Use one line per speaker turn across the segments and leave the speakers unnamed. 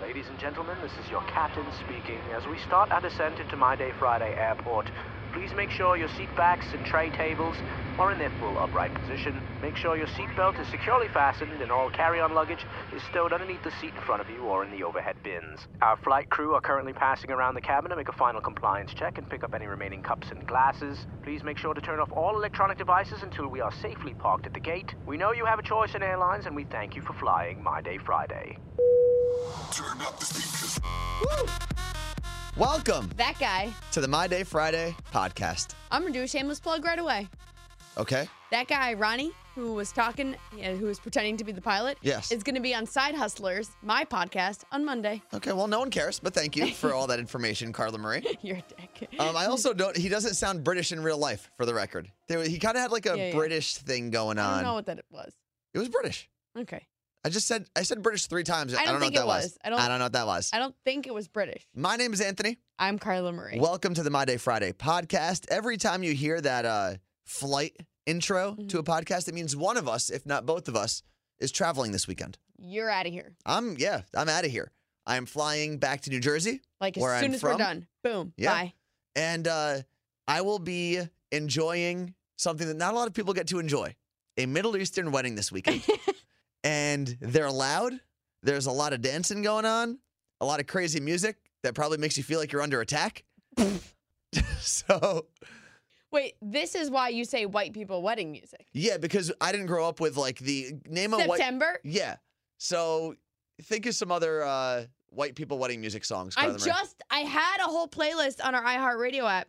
Ladies and gentlemen, this is your captain speaking. As we start our descent into My Day Friday Airport, please make sure your seat backs and tray tables are in their full upright position. Make sure your seatbelt is securely fastened and all carry-on luggage is stowed underneath the seat in front of you or in the overhead bins. Our flight crew are currently passing around the cabin to make a final compliance check and pick up any remaining cups and glasses. Please make sure to turn off all electronic devices until we are safely parked at the gate. We know you have a choice in airlines and we thank you for flying My Day Friday.
Turn up the speakers.
Welcome
That guy.
to the My Day Friday podcast.
I'm gonna do a shameless plug right away.
Okay?
That guy, Ronnie, who was talking, yeah, who was pretending to be the pilot,
Yes.
is gonna be on Side Hustlers, my podcast, on Monday.
Okay, well, no one cares, but thank you for all that information, Carla Marie.
You're a dick.
Um, I also don't, he doesn't sound British in real life, for the record. There, he kind of had like a
Yeah, yeah.
British thing going
I
on.
don't know what that was.
It was British.
Okay.
I just said, I said British three times. I
don't
don't, know
think
what that
it
was.
was. I don't-
know what that was.
I don't think it was British.
My name is Anthony.
I'm Carla Marie.
Welcome to the My Day Friday podcast. Every time you hear that uh, flight intro
Mm-hmm.
to a podcast, it means one of us, if not both of us, is traveling this weekend.
You're out of here.
I'm yeah, I'm out of here. I'm flying back to New Jersey,
Like as
Where
soon
I'm
as
from?
we're done. Boom.
Yeah.
Bye.
and uh, I will be enjoying something that not a lot of people get to enjoy: a Middle Eastern wedding this weekend. and they're loud. There's a lot of dancing going on, a lot of crazy music that probably makes you feel like you're under attack. so
Wait, this is why you say white people wedding music.
yeah, because I didn't grow up with like the name of white.
September?
Yeah, so think of some other uh, white people wedding music songs.
I
Carla Marie.
just I had a whole playlist on our iHeartRadio app.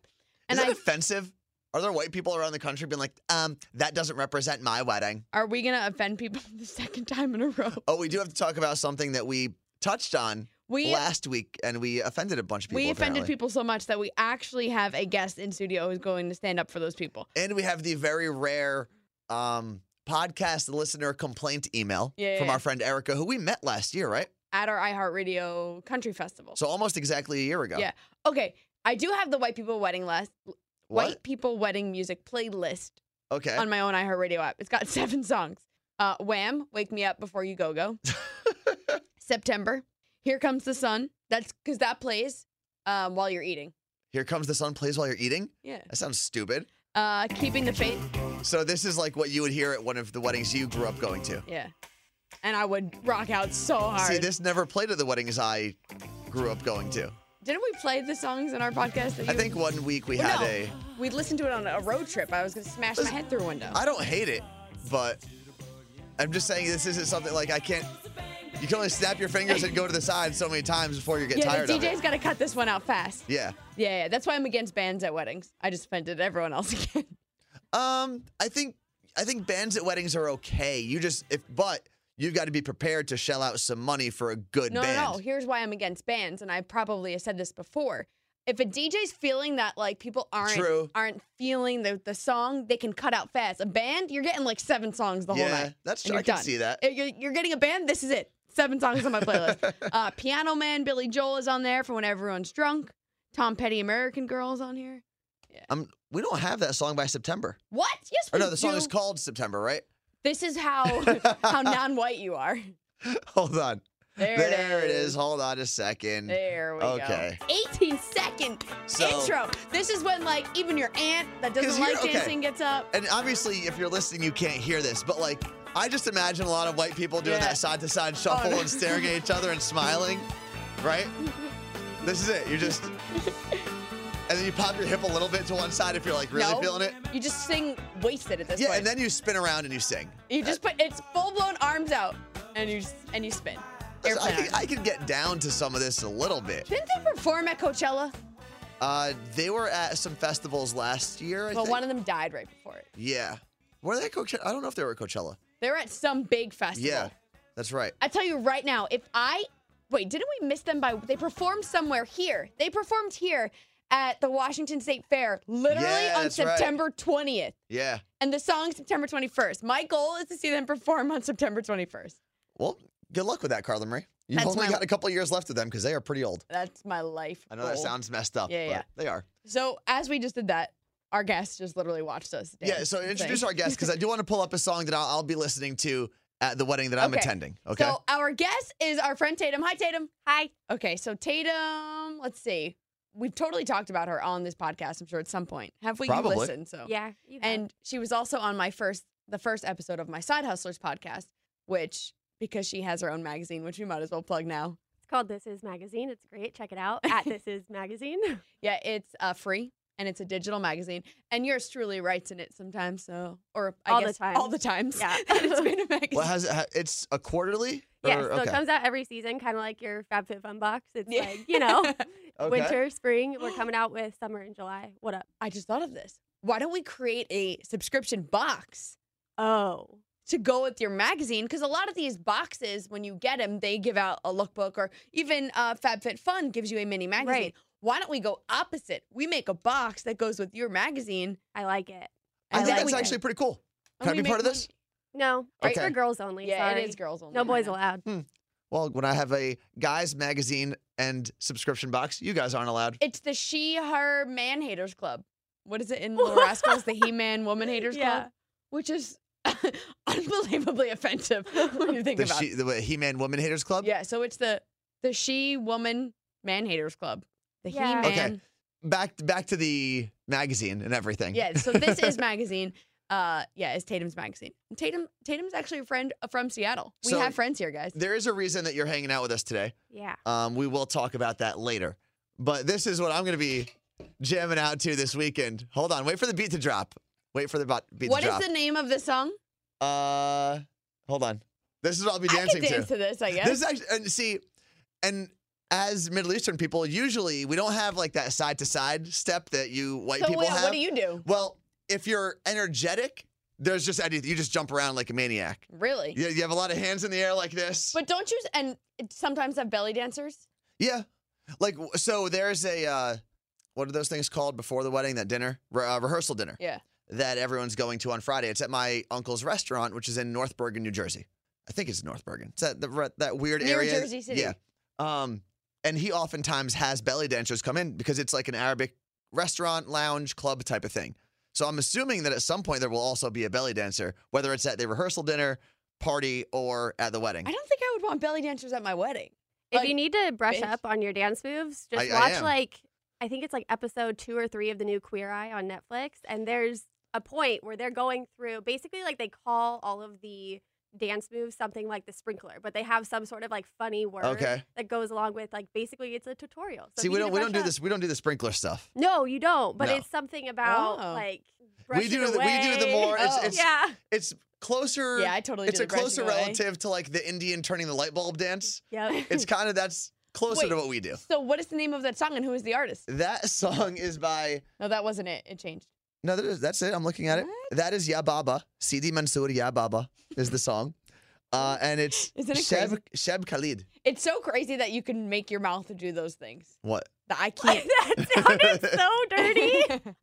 And
Is that
I
offensive? Are there white people around the country being like, um, that doesn't represent my wedding?
are we gonna offend people the second time in a row?
Oh, we do have to talk about something that we touched on
We
last week and we offended a bunch of people.
we offended
apparently.
people so much that we actually have a guest in studio who's going to stand up for those people.
And we have the very rare um, podcast listener complaint email
Yeah, yeah,
from
yeah.
our friend Erica, who we met last year, right?
at our iHeartRadio Country Festival.
So almost exactly a year ago.
Yeah. Okay, I do have the white people wedding list,
What? Eh?
white people wedding music playlist
Okay.
on my own iHeartRadio app. It's got seven songs. Uh, Wham! Wake me up before you go go. September. Here comes the sun. That's because that plays um, while you're eating.
Here comes the sun plays while you're eating.
Yeah.
That sounds stupid.
Uh, keeping the faith.
So this is like what you would hear at one of the weddings you grew up going to.
Yeah. And I would rock out so hard.
See, this never played at the weddings I grew up going to.
Didn't we play the songs in our podcast? That
I
you-
think one week we
Well,
had
no.
a.
We listened to it on a road trip. I was gonna smash my
Listen,
head through a window.
I don't hate it, but I'm just saying this isn't something like I can't. You can only snap your fingers and go to the side so many times before you get
yeah,
tired
the
of it.
DJ's gotta cut this one out fast.
Yeah.
Yeah, yeah, that's why I'm against bands at weddings. I just offended everyone else again.
Um, I think I think bands at weddings are okay. You just if but you've got to be prepared to shell out some money for a good
No,
band.
no, no. Here's why I'm against bands, and I probably have said this before. If a DJ's feeling that like people aren't
True.
aren't feeling the, the song, they can cut out fast. A band, you're getting like seven songs the
Yeah,
whole night.
that's
and
true.
you're
I can
done.
see that.
Uh, You're, you're getting a band. This is it. Seven songs on my playlist. uh, Piano Man, Billy Joel is on there for when everyone's drunk. Tom Petty, American Girl is on here.
Um, we don't have that song by September.
What? Yes,
Or
we
no, the song
do.
is called September, right?
This is how how non-white you are.
Hold on.
There,
it is. Hold on a second.
There we
Okay.
go. 18 second
So-
intro. This is when like even your aunt that
'Cause
doesn't
you're-
like
okay.
dancing gets up.
and obviously if you're listening you can't hear this but like i just imagine a lot of white people doing
Yeah.
that side to side shuffle
no.
and staring at each other and smiling right this is it you're just and then you pop your hip a little bit to one side if you're like really
no,
feeling it
You just sing wasted at this
yeah
point.
and then you spin around and you sing
you just put it's full blown arms out and you s- and you spin.
Listen, I,
Airplane
think
arms.
I could get down to some of this a little bit
Didn't they perform at Coachella?
uh, they were at some festivals last year I
Well,
think.
one of them died right before it.
yeah were they at coachella i don't know if they were at coachella
They were at some big festival.
yeah that's right
I tell you right now, if I wait, didn't we miss them by they performed somewhere here? They performed here at the Washington State Fair literally
Yeah,
on
that's right.
September 20th.
yeah
And the song September 21st. My goal is to see them perform on September 21st.
Well, good luck with that, Carla Marie. You've
That's
only
my-
got a couple years left of them because they are pretty old.
That's my life.
I know that
goal.
sounds messed up.
Yeah,
but
yeah.
They are.
So as we just did that, our guest just literally watched us.
Yeah. So introduce our guest because I do want to pull up a song that I'll, I'll be listening to at the wedding that I'm
Okay.
attending. Okay.
So our guest is our friend Tatum. Hi, Tatum. Hi. Okay, so Tatum, let's see. We've totally talked about her on this podcast, I'm sure, at some point. Have we?
Probably.
You listened, so.
Yeah. You have.
And she was also on my first, the first episode of my Side Hustlers podcast, which, because she has her own magazine, which we might as well plug now.
it's called This Is Magazine. It's great. Check it out at This Is Magazine.
Yeah, it's uh, free and it's a digital magazine. And yours truly writes in it sometimes, so. Or I
All the
guess all
time.
the times.
Yeah.
that it's been a magazine.
well, has it, ha- it's a quarterly?
Yeah.
Or-
So it comes out every season, kind of like your FabFitFun box. It's
Yeah.
like you know,
Okay.
winter, spring. We're coming out with summer in July. What up?
I just thought of this. Why don't we create a subscription box?
Oh.
to go with your magazine because a lot of these boxes, when you get them, they give out a lookbook or even uh, FabFitFun gives you a mini magazine.
Right.
Why don't we go opposite? We make a box that goes with your magazine.
I like it.
I,
and
think
then
that's
we-
actually pretty cool.
and
Can I
we
be
make
part of
one-
this?
No, it's
Okay.
for girls only.
Yeah,
sorry.
it is girls only.
No boys
I know.
allowed.
Well, when I have a guys magazine and subscription box, you guys aren't allowed.
It's the She Her Man Haters Club. What is it in Little Rascals? The He Man Woman Haters
Yeah.
Club, which is unbelievably offensive when you think
The,
about
she,
it.
the He-Man Woman Haters Club.
Yeah, so it's the the She Woman Man Haters Club. The
Yeah.
He
Okay.
Man.
Back back to the magazine and everything.
Yeah, so this is magazine. Uh, yeah, it's Tatum's magazine. And Tatum Tatum's actually a friend uh, from Seattle. We
So-
have friends here, guys.
There is a reason that you're hanging out with us today.
Yeah.
Um, we will talk about that later. But this is what I'm going to be jamming out to this weekend. Hold on, wait for the beat to drop. Wait for the bot- beat
What
to
is
drop.
the name of the song?
Uh, hold on. This is what I'll be dancing
I can dance
to.
to this, I guess.
This is actually and see, and as Middle Eastern people, usually we don't have like that side to side step that you white
so
people
what,
have.
what do you do?
well, if you're energetic, there's just anything. You just jump around like a maniac.
Really?
You, you have a lot of hands in the air like this.
But don't you s- and sometimes have belly dancers?
yeah, like w- so. There's a uh, what are those things called before the wedding? That dinner, Re- uh, rehearsal dinner.
Yeah.
That everyone's going to on Friday. It's at my uncle's restaurant, which is in North Bergen, New Jersey. I think it's North Bergen. It's that the, re- that weird
Near
area.
Jersey City.
Yeah. Um, and he oftentimes has belly dancers come in because it's like an Arabic restaurant, lounge, club type of thing. So I'm assuming that at some point there will also be a belly dancer, whether it's at the rehearsal dinner, party, or at the wedding.
I don't think I would want belly dancers at my wedding.
If
Like,
you need to brush
bitch.
up on your dance moves, just
I- I
watch
am.
like I think it's like episode two or three of the new Queer Eye on Netflix, and there's a point where they're going through basically like they call all of the dance moves something like the sprinkler, but they have some sort of like funny word
Okay.
that goes along with like basically it's a tutorial. So if
See, we
you need
don't
to
we don't
brush
do
up-
this. We don't do the sprinkler stuff.
No, you don't. But
No.
it's something about
Oh.
like
We do
brushing
the- we do the
away.
more-
it's- Oh. it's-
yeah.
It's closer.
Yeah, I
er,
totally
it's
do
a
the brushing
closer
away.
relative to like the Indian turning the light bulb dance.
Yep.
It's kind of that's closer to
Wait.
what we do.
So what is the name of that song and who is the artist?
That song is by
No, that wasn't it. It changed.
no, that is, that's it. I'm looking at it. That is Ya Baba. Sidi Mansour Ya Baba is the song, uh, and it's
Oh. Isn't it
Sheb, Sheb Khalid.
It's so crazy that you can make your mouth do those things.
What?
That I
Like,
can't.
that sounded so dirty.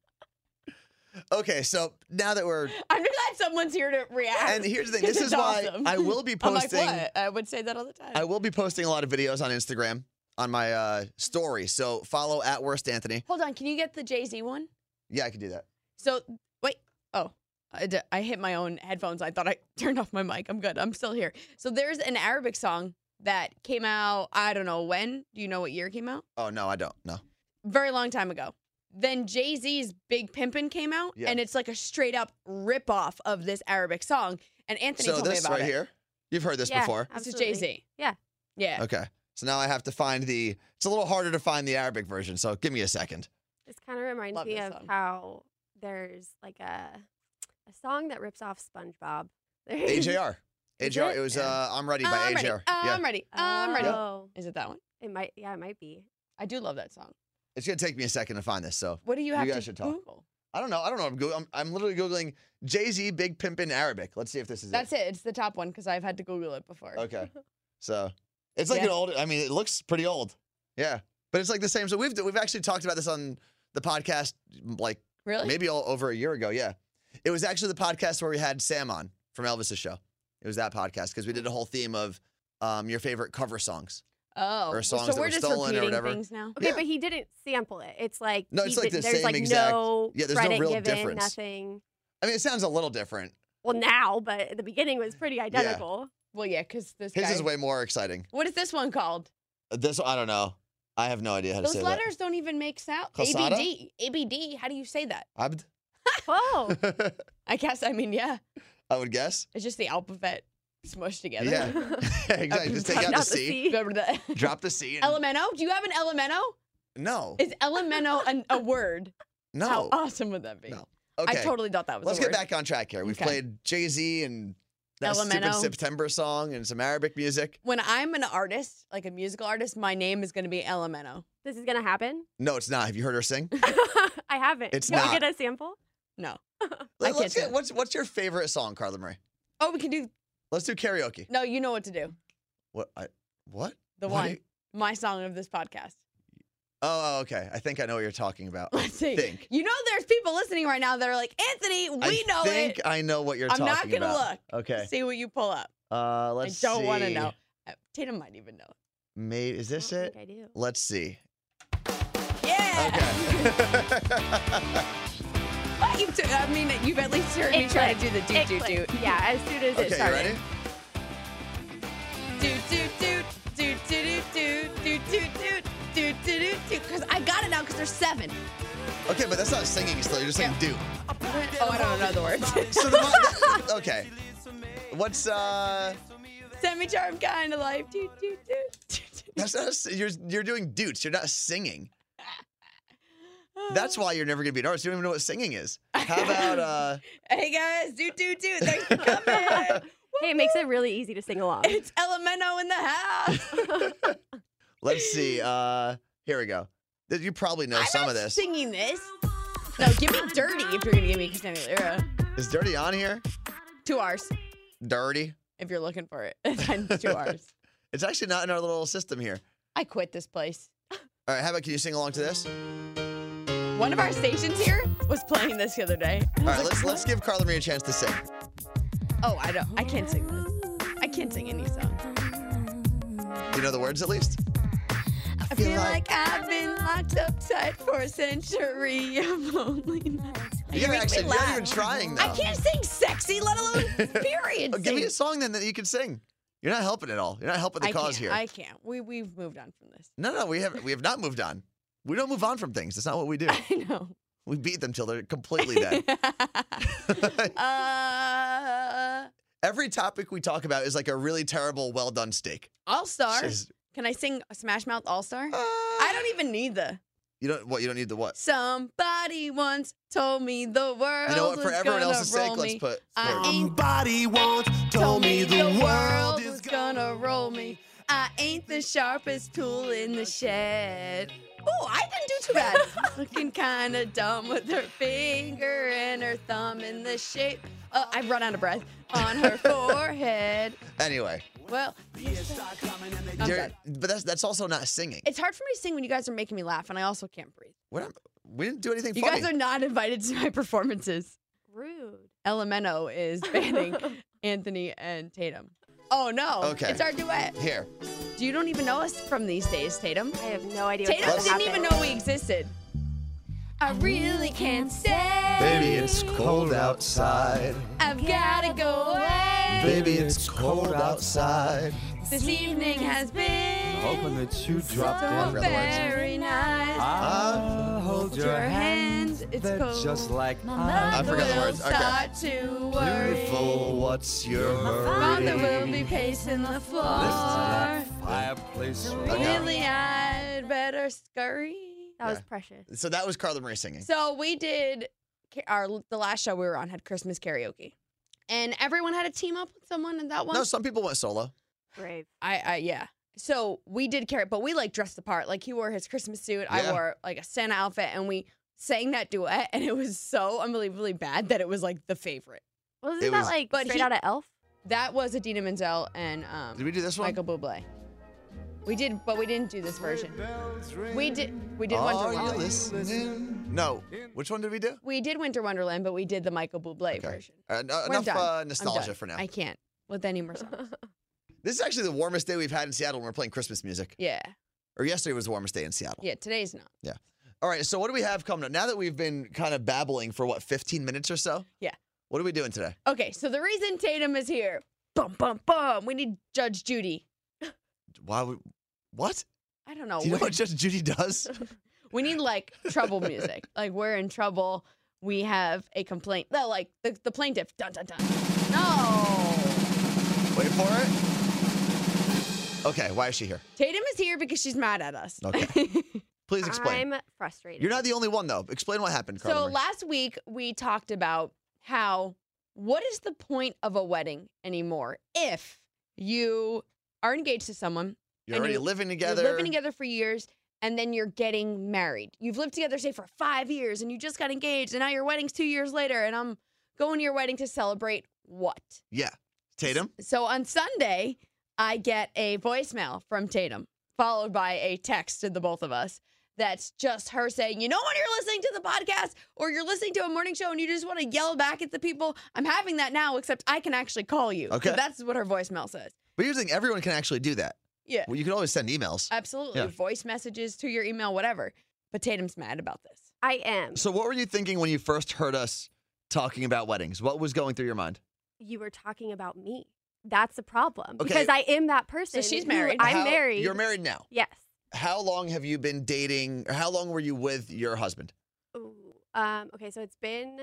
Okay, so now that we're
I'm glad someone's here to react.
and here's the thing.
'cause
This is
it's
why
Ah, awesome.
I will be
I'm like,
posting.
"What?" I would say that all the time.
I will be posting a lot of videos on Instagram on my uh, story. So follow at worst Anthony.
Hold on, can you get the Jay Z one?
Yeah, I can do that.
So wait, oh, I, d- I hit my own headphones. I thought I turned off my mic. I'm good. I'm still here. So there's an Arabic song that came out. I don't know when. Do you know what year it came out?
Oh no, I don't. No.
Very long time ago. Then Jay Z's Big Pimpin' came out,
Yeah.
and it's like a straight up rip off of this Arabic song. And Anthony
so
told me
this right
about it.
here, you've heard this
Yeah.
before.
This
Absolutely.
is Jay Z.
Yeah.
Yeah.
Okay. So now I have to find the. It's a little harder to find the Arabic version. So give me a second.
This kind of reminds
Love
me
this
of
song.
how there's like a a song that rips off SpongeBob. There's-
AJR.
Is
AJR.
it?
It was
Yeah.
uh, I'm ready by
I'm ready. Um,
AJR. yeah.
I'm ready. I'm ready.
Oh,
Is it that one?
it might. Yeah, it might be.
I do love that song.
It's gonna take me a second to find this. So
What do you have
guys
to
should talk.
Google?
I don't know. I don't know. I'm, Goog- I'm, I'm literally googling Jay Z Big Pimpin' Arabic. Let's see if this is
That's it. It's the top one because I've had to Google it before.
Okay. So it's like an
Yeah.
old. I mean, it looks pretty old. Yeah, but it's like the same. So we've we've actually talked about this on the podcast like
Really?
maybe all, over a year ago. Yeah, it was actually the podcast where we had Sam on from Elvis's show. It was that podcast because we did a whole theme of um, your favorite cover songs.
Oh,
or songs
so
that
we're
were
just
stolen or
repeating
whatever.
things now.
Okay,
Yeah.
but he didn't sample it. It's like
No,
he
it's like
did-
the
there's
same
like
exact-
no
yeah, there's no
credit
real
given,
difference.
nothing.
I mean, it sounds a little different,
Well, now, but at the beginning was pretty identical.
Well, yeah, because this
His
guy.
is way more exciting. Uh,
what is this one called?
This I don't know. I have no idea how to
Those
say
letters don't even make sound.
Casada?
ABD. ABD. How do you say that?
that. Abd.
Whoa.
I guess. I mean, yeah.
I would guess.
It's just the alphabet smushed together.
Yeah. exactly. Just take out
Not
the C.
C.
Go to the
Drop the C. And,
Elemento. Do you have an Elemento?
no.
Is Elemento an, a word? How
No.
awesome would that be?
No. Okay.
I totally thought that was.
Let's
a word.
get back on track here. We've
Okay.
played Jay Z and that stupid
Elemento.
September song and some Arabic music.
When I'm an artist, like a musical artist, my name is going to be Elemento.
this is gonna happen.
No, it's not. Have you heard her sing?
I haven't.
It's
Can we
not.
get a sample?
No.
Let-
can't
Let's
do
get,
it.
what's what's your favorite song, Carla Marie?
Oh, we can do.
Let's do karaoke.
No, you know what to do.
What? I, what?
The
What
one,
do you-
my song of this podcast.
Oh, oh, okay. I think I know what you're talking about. I
Let's see.
think.
You know, there's people listening right now that are like, Anthony, we
I
know
think
it.
I know what you're
I'm
talking
not
about.
gonna
look. Okay.
See what you pull up.
Uh, let's
I don't want to
see.
know. Uh, Tatum might even know.
Maybe is this
I don't
it?
think I do.
Let's see.
Yeah.
Okay.
What you took- I mean, you've at least heard me
It
try to do
clicked.
the doot
It
doot doot
clicked. Yeah, as soon as it
okay, you
started.
ready?
doot doot doot doot doot doot doot doot doot doot doot doot doot. Because I got it now. Because there's seven.
Okay, but that's not singing still. You're just saying do.
Oh, I don't know the words.
So the okay. What's uh?
Send me charm kind of life. Doot doot doot, doot. doot.
That's not a s you're you're doing dutes. You're not singing. That's why you're never gonna be an artist. You don't even know what singing is. How about uh?
Hey guys, doot doot doot. Thanks for coming.
Hey, it makes it really easy to sing along.
it's Elemento in the house.
Let's see. Uh, here we go. Th- You probably know
I'm
some
not
of this.
singing this. No, give me dirty if you're gonna give me Christina Aguilera.
Is dirty on here?
Two R's
Dirty.
if you're looking for it. It's two R's.
It's actually not in our little system here.
I quit this place.
All right, how about can you sing along to this?
One of our stations here was playing this the other day.
All right, let's let's give Carla Marie a chance to sing.
Oh, I don't. I can't sing this. I can't sing any song.
Do you know the words at least?
I feel like I've been locked up tight for a century of loneliness.
you gotta
make me
actually, you're not
laugh.
even trying though.
I can't sing sexy, let alone
Um,
period.
Oh, give me
sing.
a song then that you can sing. You're not helping at all. You're not helping the
I
cause
can't,
here.
I can't. We we've moved on from this.
No, no, we have we have not moved on. We don't move on from things. That's not what we do.
I know.
We beat them till they're completely dead.
uh,
Every topic we talk about is like a really terrible, well done steak.
All Star.
Just,
Can I sing Smash Mouth All Star?
uh,
I don't even need the.
You don't what? You don't need the what?
Somebody once told me the world
You know what?
was
For everyone
gonna
else's sake,
roll
let's
me. Uh-huh.
put.
I
for-
ain't
Somebody once
told me the world was gonna roll me. I ain't the sharpest tool in the shed. Oh, I didn't do too bad. Looking kind of dumb with her finger and her thumb in the shape. Uh, I've run out of breath on her forehead.
Anyway,
Well, I'm
you're-
done.
but that's that's also not singing.
it's hard for me to sing when you guys are making me laugh, and I also can't breathe.
We're not, we didn't do anything
You
funny.
guys are not invited to my performances.
Rude.
Elemento is banning Anthony and Tatum. Oh no!
Okay.
it's our duet.
Here,
Do you don't even know us from these days, Tatum?
I have no idea.
Tatum
what's
didn't
gonna
even
happen.
know we existed. I really can't stay.
baby, it's cold outside.
I've gotta go away.
Baby, it's cold outside.
This evening has been
Hoping that you drop
so
Red
in.
Lights.
very nice.
Ah,
I'll hold your
Your
hand.
hands, it's
They're
cold.
just like mine.
I
Mother
forgot the
will
words. Okay.
start to worry.
Beautiful, what's your
Father
hurry?
will be pacing the floor.
Listen to that fireplace.
Okay.
rock.
Really, I'd better scurry.
That was
Yeah.
precious.
So that was Carla Marie singing.
So we did ca- our the last show we were on had Christmas karaoke, and everyone had to team up with someone. And that one,
No, some people went solo.
Brave.
I, I yeah. So we did karaoke, but we like dressed the part. Like he wore his Christmas suit, I
Yeah.
wore like a Santa outfit, and we sang that duet, and it was so unbelievably bad that it was like the favorite.
Wasn't
It
that
was-
like
But
straight
he-
out of Elf?
That was Adina Menzel and
Did
um,
we do this one?
Michael Bublé. We did, but we didn't do this version. We did, we did
Are
Winter
you
Wonderland.
listening? No. Which one did we do?
We did Winter Wonderland, but we did the Michael Bublé version.
Uh, no-
We're
enough
done.
uh,
I'm
nostalgia
done.
for now.
I can't with any more songs.
This is actually the warmest day we've had in Seattle when we're playing Christmas music.
Yeah.
Or yesterday was the warmest day in Seattle.
Yeah, today's not.
All right, so what do we have coming up? Now that we've been kind of babbling for what, 15 minutes or so?
Yeah.
What are we doing today?
Okay, so the reason Tatum is here, bum bum bum, we need Judge Judy.
Why would what?
I don't know.
Do you know
we're-
what Judge Judy does?
We need like trouble music. Like we're in trouble. We have a complaint. No, like the, the plaintiff. Dun dun dun. No.
Wait for it. Okay, why is she here?
Tatum is here because she's mad at us.
Okay. Please explain.
I'm frustrated.
You're not the only one though. Explain what happened, Carla.
so
Marie.
last week we talked about how what is the point of a wedding anymore if you are engaged to someone
You're
and
already
you-
living together.
You're living together for years and then you're getting married. You've lived together, say, for five years and you just got engaged and now your wedding's two years later and I'm going to your wedding to celebrate what?
Yeah. Tatum.
So on Sunday, I get a voicemail from Tatum, followed by a text to the both of us. That's just her saying, you know, when you're listening to the podcast or you're listening to a morning show and you just want to yell back at the people, I'm having that now, except I can actually call you. So
Okay.
that's what her voicemail says.
But here's the thing, everyone can actually do that.
Yeah.
Well, you can always send emails.
Absolutely.
Yeah.
Voice messages to your email, whatever. But Tatum's mad about this.
I am.
So what were you thinking when you first heard us talking about weddings? What was going through your mind?
You were talking about me. That's a problem
Okay.
because I am that person.
she's
who-
married.
I'm
How-
married.
You're married now.
Yes.
How long have you been dating or how long were you with your husband?
Ooh. Um, okay, so it's been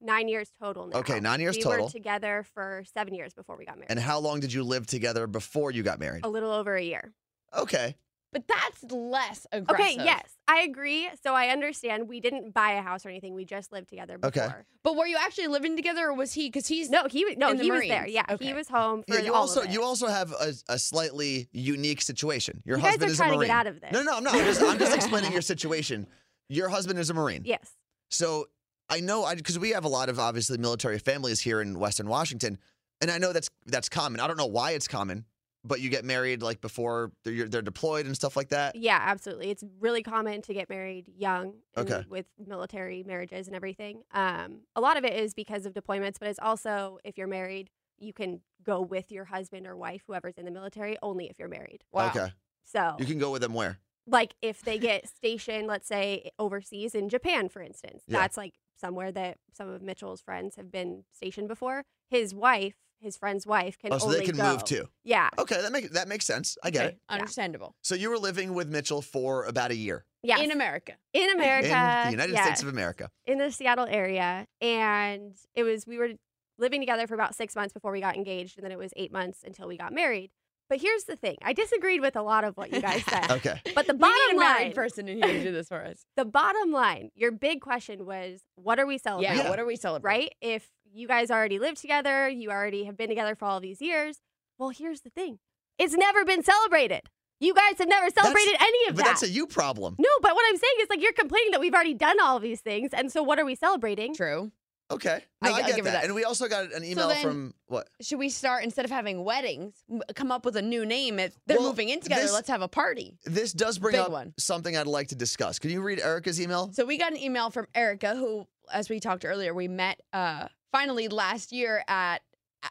nine years total now.
Okay, nine years
we
total.
were together for seven years before we got married.
And how long did you live together before you got
Oh.
married?
a little over a year.
Okay.
But that's less aggressive.
Okay, yes, I agree. So I understand we didn't buy a house or anything. We just lived together
Okay.
before.
But were you actually living together or was he? Because he's.
No, he was no,
In the
he was there.
Marines.
Yeah,
Okay.
he was home for
Yeah, you
all
also
of it.
you also have a, a slightly unique situation. Your
You guys
husband
are
is a
trying to
marine.
get out of this.
No, no, I'm not. I'm just, I'm just explaining your situation. Your husband is a marine.
Yes.
So I know I because we have a lot of obviously military families here in Western Washington, and I know that's that's common. I don't know why it's common, but you get married like before they're you're- they're deployed and stuff like that.
Yeah, absolutely. It's really common to get married young and
Okay.
with military marriages and everything. Um, a lot of it is because of deployments, but it's also if you're married, you can go with your husband or wife, whoever's in the military, only if you're married.
Wow.
Okay.
So,
You can go with them where?
like, if they get stationed, let's say overseas in Japan, for instance,
Yeah.
that's like somewhere that some of Mitchell's friends have been stationed before. His wife, his friend's wife, can
oh, so
only
they can
go.
move too.
Yeah,
Okay, that makes that makes sense. I get
Okay,
it.
Understandable.
So you were living with Mitchell for about a year
yeah,
In
in,
America.
America,
in the United
yes.
States of America.
in the Seattle area, and it was we were living together for about six months before we got engaged, and then it was eight months until we got married. But here's the thing: I disagreed with a lot of what you guys said.
Okay.
But the
We need
bottom
a married
line,
person in here to do this for us.
the bottom line, your big question was, what are we
Yeah,
celebrating?
Yeah.
What are we celebrating?
Right? If you guys already live together, you already have been together for all these years. Well, here's the thing: it's never been celebrated. You guys have never celebrated any of
But
that.
that's a you problem.
no, but what I'm saying is, like, you're complaining that we've already done all these things, and so what are we celebrating?
True.
Okay.
I-
No, I,
I'll
get
give her
that.
that.
And we also got an email
then-
from what?
Should we start instead of having weddings, m- come up with a new name? If they're
Well,
moving in together,
this-
let's have a party.
This does bring
Big
up
one.
something I'd like to discuss. Can you read Erica's email?
So we got an email from Erica, who, as we talked earlier, we met uh, finally last year at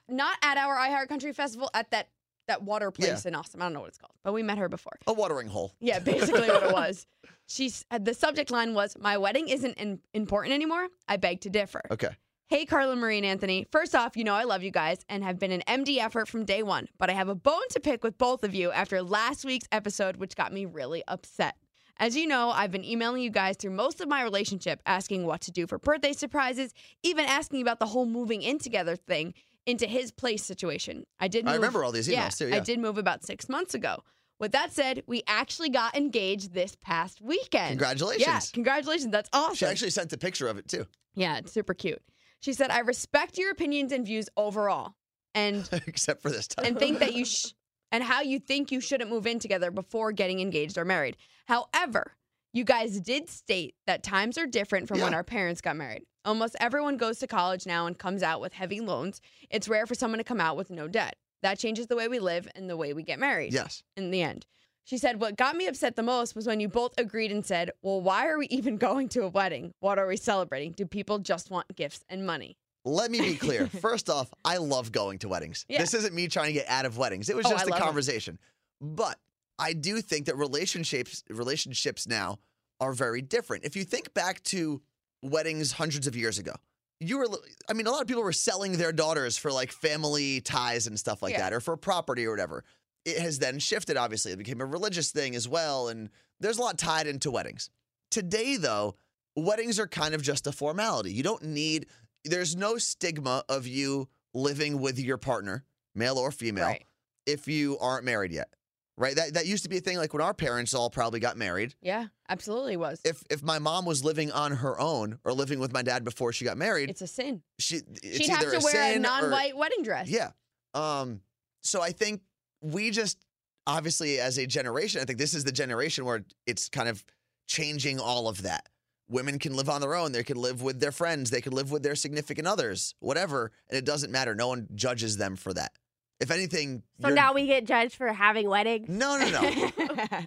not at our iHeart Country Festival at that that water place in Austin. I don't know what it's called, but we met her before.
A watering hole.
Yeah, basically what it was. She's uh, the subject line was my wedding isn't in- important anymore. I beg to differ.
Okay.
Hey, Carla Marie and Anthony. First off, you know I love you guys and have been an MD effort from day one, but I have a bone to pick with both of you after last week's episode, which got me really upset. As you know, I've been emailing you guys through most of my relationship, asking what to do for birthday surprises, even asking about the whole moving in together thing into his place situation. I did.
I
move-
remember all these emails
yeah,
too.
I
Yeah.
did move about six months ago. With that said, we actually got engaged this past weekend.
Congratulations.
Yeah, congratulations. That's awesome.
She actually sent a picture of it too.
Yeah, it's super cute. She said, I respect your opinions and views overall and
Except for this time.
and think that you sh- and how you think you shouldn't move in together before getting engaged or married. However, you guys did state that times are different from when
Yeah.
our parents got married. Almost everyone goes to college now and comes out with heavy loans. It's rare for someone to come out with no debt. That changes the way we live and the way we get married
yes.
in the end. She said, What got me upset the most was when you both agreed and said, Well, why are we even going to a wedding? What are we celebrating? Do people just want gifts and money?
Let me be clear. First off, I love going to weddings.
Yeah.
This isn't me trying to get out of weddings. It was
Oh, I
just a
love 'em.
conversation. But I do think that relationships relationships now are very different. If you think back to weddings hundreds of years ago, you were, li- I mean, a lot of people were selling their daughters for like family ties and stuff like
Yeah.
that, or for property or whatever. It has then shifted, obviously. It became a religious thing as well. And there's a lot tied into weddings. Today, though, weddings are kind of just a formality. You don't need, there's no stigma of you living with your partner, male or female,
Right.
if you aren't married yet. Right? That, that used to be a thing like when our parents all probably got married
Yeah, absolutely was.
if if my mom was living on her own or living with my dad before she got married,
it's a sin.
she it's
She'd have
either
to
a
wear a
sin or-
non-white wedding dress.
yeah. Um. So I think we just obviously as a generation, I think this is the generation where it's kind of changing all of that. Women can live on their own. They can live with their friends. They can live with their significant others, whatever, and it doesn't matter. No one judges them for that. If anything,
So
you're-
now we get judged for having weddings.
no, no, no.
No.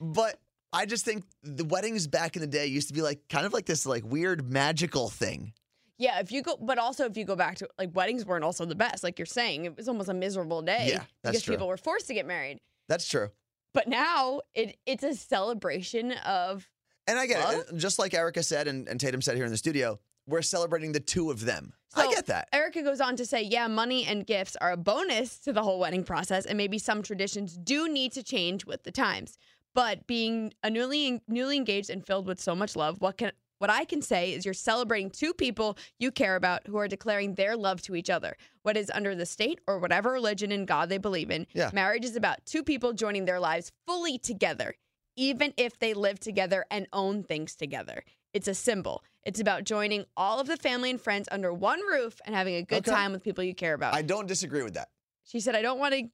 But I just think the weddings back in the day used to be like kind of like this like weird magical thing.
yeah, if you go, but also if you go back to like weddings weren't also the best. Like you're saying, it was almost a miserable day
Yeah, that's
because
true.
people were forced to get married.
That's true.
But now it it's a celebration of
And I get
Love?
it. And Just like Erica said and, and Tatum said here in the studio, we're celebrating the two of them. I
So-
get that.
Erica goes on to say, yeah, money and gifts are a bonus to the whole wedding process, and maybe some traditions do need to change with the times. But being a newly newly engaged and filled with so much love, what can what I can say is you're celebrating two people you care about who are declaring their love to each other. What is under the state or whatever religion and God they believe in,
Yeah.
marriage is about two people joining their lives fully together, even if they live together and own things together. It's a symbol. It's about joining all of the family and friends under one roof and having a good
Okay.
time with people you care about.
I don't disagree with that.
she said, I don't want to,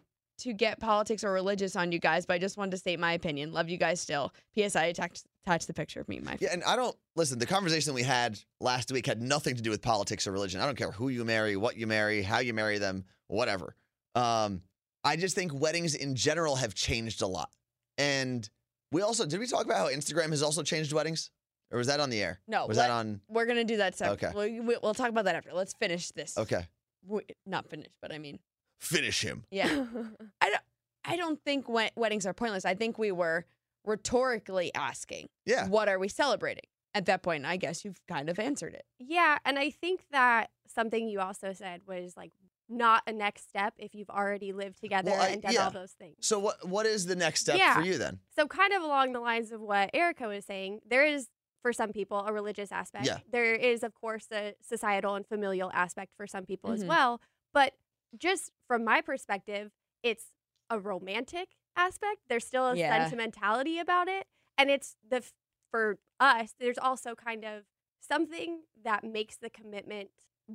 to get politics or religious on you guys, but I just wanted to state my opinion. Love you guys still. P.S. I attached, attached the picture of me and my
Yeah, and I don't listen, the conversation we had last week had nothing to do with politics or religion. I don't care who you marry, what you marry, how you marry them, whatever. Um, I just think weddings in general have changed a lot. And we also did we talk about how Instagram has also changed weddings? Or was that on the air?
No,
Was
let-
that on
We're going to do that separate.
Okay.
We'll, we- we'll talk about that after. Let's finish this.
Okay.
We- not finish, but I mean,
Finish him.
yeah. I don't think we- weddings are pointless. I think we were rhetorically asking,
Yeah.
what are we celebrating? At that point, I guess you've kind of answered it.
yeah, and I think that something you also said was like not a next step if you've already lived together
I-
and done
yeah.
all those things.
So what what is the next step
Yeah.
for you then?
So, kind of along the lines of what Erica was saying, there is, for some people, a religious aspect.
Yeah.
There is, of course, a societal and familial aspect for some people as
Mm-hmm.
Mhm.
well. But just from my perspective, it's a romantic aspect. There's still a
Yeah.
sentimentality about it. And it's the, f- for us, there's also kind of something that makes the commitment